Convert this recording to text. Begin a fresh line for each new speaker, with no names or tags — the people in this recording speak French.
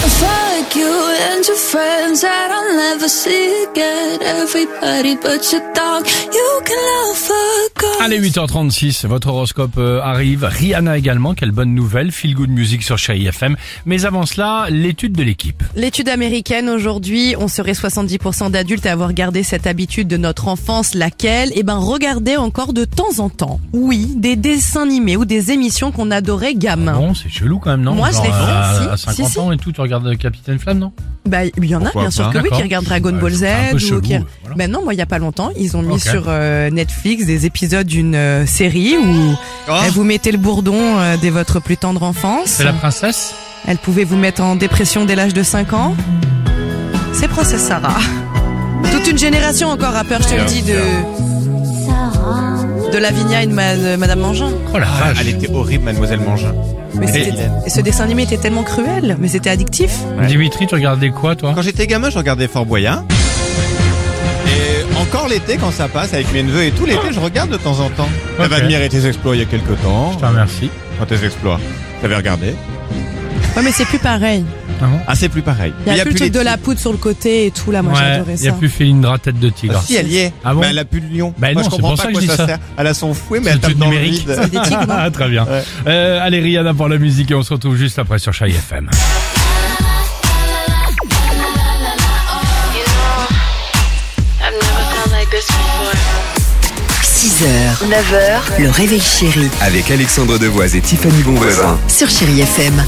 Fuck you and your friends that I'll never see again. Everybody but your dog. You can love a girl.
Allez, 8h36, votre horoscope euh, arrive. Rihanna également, quelle bonne nouvelle. Feel good music sur Chéri FM. Mais avant cela, l'étude de l'équipe.
L'étude américaine aujourd'hui, on serait 70% d'adultes à avoir gardé cette habitude de notre enfance, laquelle Eh ben, regarder encore de temps en temps. Oui, des dessins animés ou des émissions qu'on adorait gamin.
Bon, c'est chelou quand même, non
Moi, je
Genre,
l'ai fait,
à,
si,
à 50
si, si.
ans et tout, tu regardes euh, Capitaine Flamme, non
Bah, il y en a
Pourquoi
bien sûr
pas
que oui
D'accord.
qui regardent Dragon
Ouais,
Ball
je
Z.
trouve ça un peu
ou
chelou,
qui-
euh, voilà.
Ben non, moi il y a pas longtemps, ils ont mis
Ok.
sur euh, Netflix des épisodes d'une euh, série où eh, vous mettez le bourdon euh, dès votre plus tendre enfance.
C'est la princesse
Elle pouvait vous mettre en dépression dès l'âge de 5 ans. C'est Princesse Sarah. Toute une génération encore à peur, je te le dis, de. De Lavinia et de, ma- de Madame Mangin.
Oh la vache.
Elle était horrible, Mademoiselle Mangin.
Mais
Elle est
c'était-
vilaine.
ce dessin animé était tellement cruel, mais c'était addictif.
Dimitri, tu regardais quoi, toi
Quand j'étais gamin, je regardais Fort Boyard. Et encore l'été, quand ça passe avec mes neveux et tout l'été, je regarde de temps en temps.
Ok.
Elle admirer tes exploits il y a quelques temps.
Je te remercie.
Quand tes exploits, t'avais regardé.
Ouais, mais c'est plus pareil.
Ah bon
Ah, c'est plus pareil.
Il y a, plus le truc
les-
de la poudre sur le côté et tout, là, moi
Ouais,
j'adorais
il n'y a
ça.
plus Félindra tête de
Ah,
tigre.
si, elle y est.
Ah bon
mais elle a plus de lion.
Bah
Moi,
non,
je
c'est
comprends
pour
pas
ça
à
que
quoi
je dis ça.
sert. Elle a son fouet, mais
C'est
elle tape
du
dans
numérique.
le vide.
Des tigres, non
Ah, très bien.
Ouais.
Euh, allez, Rihanna pour la musique et on se retrouve juste après sur Chai FM.
You know, I've never felt like this before.
6h, 9h, le réveil chéri
Avec Alexandre Devoise et Tiffany Bonvoisin.
sur Chérie FM.